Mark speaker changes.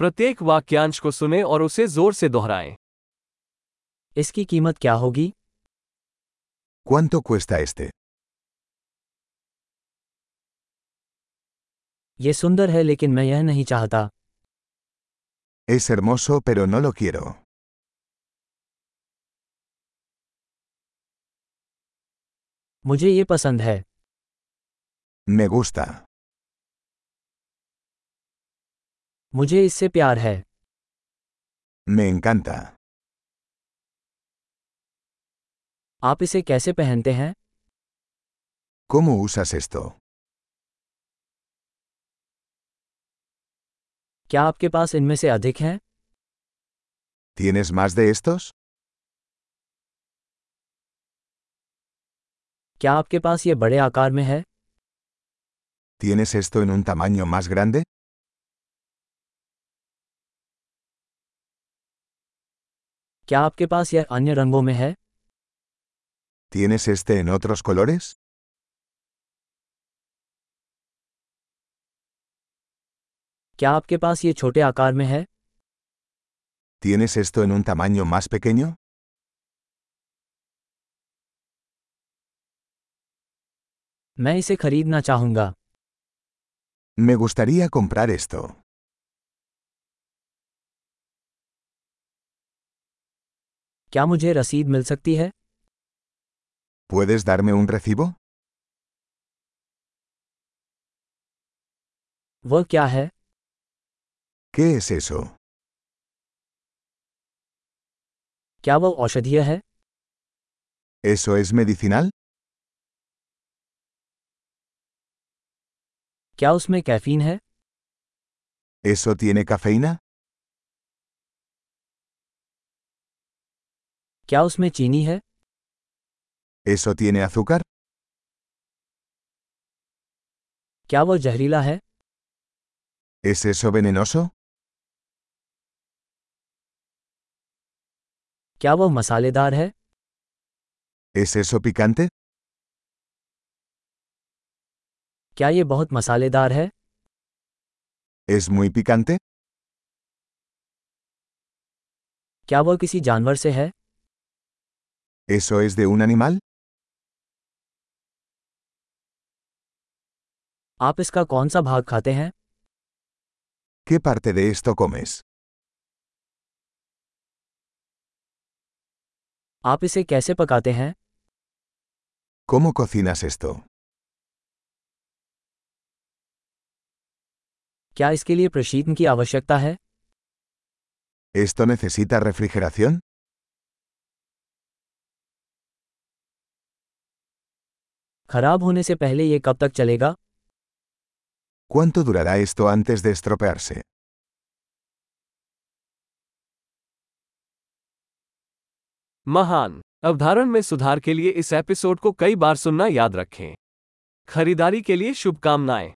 Speaker 1: प्रत्येक वाक्यांश को सुने और उसे जोर से दोहराएं
Speaker 2: इसकी कीमत क्या होगी
Speaker 3: ¿Cuánto cuesta este?
Speaker 2: ये सुंदर है लेकिन मैं यह नहीं चाहता
Speaker 3: Es hermoso pero no lo quiero.
Speaker 2: मुझे ये पसंद है
Speaker 3: Me gusta.
Speaker 2: मुझे इससे प्यार है
Speaker 3: Me encanta.
Speaker 2: आप इसे कैसे पहनते हैं
Speaker 3: ¿Cómo usas esto?
Speaker 2: क्या आपके पास इनमें से अधिक हैं
Speaker 3: ¿Tienes más de estos?
Speaker 2: क्या आपके पास ये बड़े आकार में है
Speaker 3: ¿Tienes esto en un tamaño más grande?
Speaker 2: क्या आपके पास यह अन्य रंगों में है
Speaker 3: ¿Tienes este en otros colores?
Speaker 2: क्या आपके पास ये छोटे आकार में है
Speaker 3: ¿Tienes esto en un tamaño más pequeño?
Speaker 2: मैं इसे खरीदना चाहूंगा
Speaker 3: Me gustaría comprar esto.
Speaker 2: क्या मुझे रसीद मिल सकती है
Speaker 3: ¿Puedes darme un recibo?
Speaker 2: वह क्या है
Speaker 3: ¿Qué es eso?
Speaker 2: क्या वह औषधीय है
Speaker 3: ¿Eso es medicinal?
Speaker 2: क्या उसमें कैफीन है
Speaker 3: ¿Eso tiene cafeína?
Speaker 2: क्या उसमें चीनी है
Speaker 3: ¿Eso tiene azúcar?
Speaker 2: क्या वह जहरीला है
Speaker 3: ¿Es eso venenoso?
Speaker 2: क्या वह मसालेदार है
Speaker 3: ¿Es eso picante?
Speaker 2: क्या ये बहुत मसालेदार है
Speaker 3: ¿Es muy picante?
Speaker 2: क्या वह किसी जानवर से है
Speaker 3: ¿Eso es de un animal?
Speaker 2: आप इसका कौन सा भाग खाते हैं
Speaker 3: ¿Qué parte de esto comes?
Speaker 2: आप इसे कैसे पकाते हैं
Speaker 3: ¿Cómo cocinas esto?
Speaker 2: क्या इसके लिए प्रशीतन की आवश्यकता है
Speaker 3: ¿Esto necesita refrigeración?
Speaker 2: खराब होने से पहले ये कब तक चलेगा
Speaker 3: ¿Cuánto durará esto antes de estropearse?
Speaker 1: महान अवधारण में सुधार के लिए इस एपिसोड को कई बार सुनना याद रखें खरीदारी के लिए शुभकामनाएं